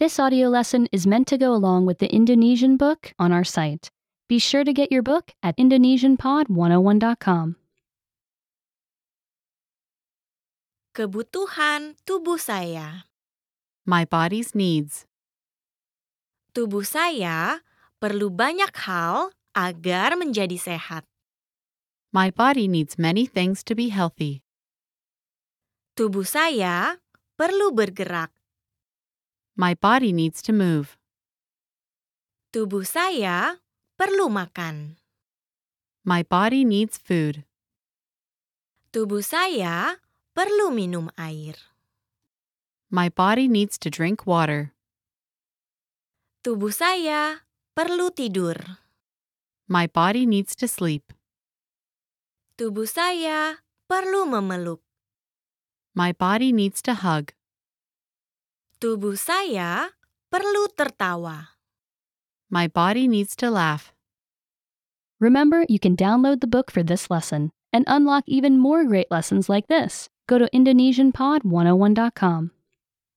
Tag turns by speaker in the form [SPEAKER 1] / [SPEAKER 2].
[SPEAKER 1] This audio lesson is meant to go along with the Indonesian book on our site. Be sure to get your book at indonesianpod101.com.
[SPEAKER 2] Kebutuhan tubuh saya.
[SPEAKER 3] My body's needs.
[SPEAKER 2] Tubuh saya perlu banyak hal agar menjadi sehat.
[SPEAKER 3] My body needs many things to be healthy.
[SPEAKER 2] Tubuh saya perlu bergerak.
[SPEAKER 3] My body needs to move.
[SPEAKER 2] Tubuh saya perlu makan.
[SPEAKER 3] My body needs food.
[SPEAKER 2] Tubuh saya perlu minum air.
[SPEAKER 3] My body needs to drink water.
[SPEAKER 2] Tubuh saya perlu tidur.
[SPEAKER 3] My body needs to sleep.
[SPEAKER 2] Tubuh saya perlu memeluk.
[SPEAKER 3] My body needs to hug.
[SPEAKER 2] Tubuh saya perlu tertawa.
[SPEAKER 3] My body needs to laugh.
[SPEAKER 1] Remember, you can download the book for this oh lesson and unlock even more great lessons like this. Go to indonesianpod101.com.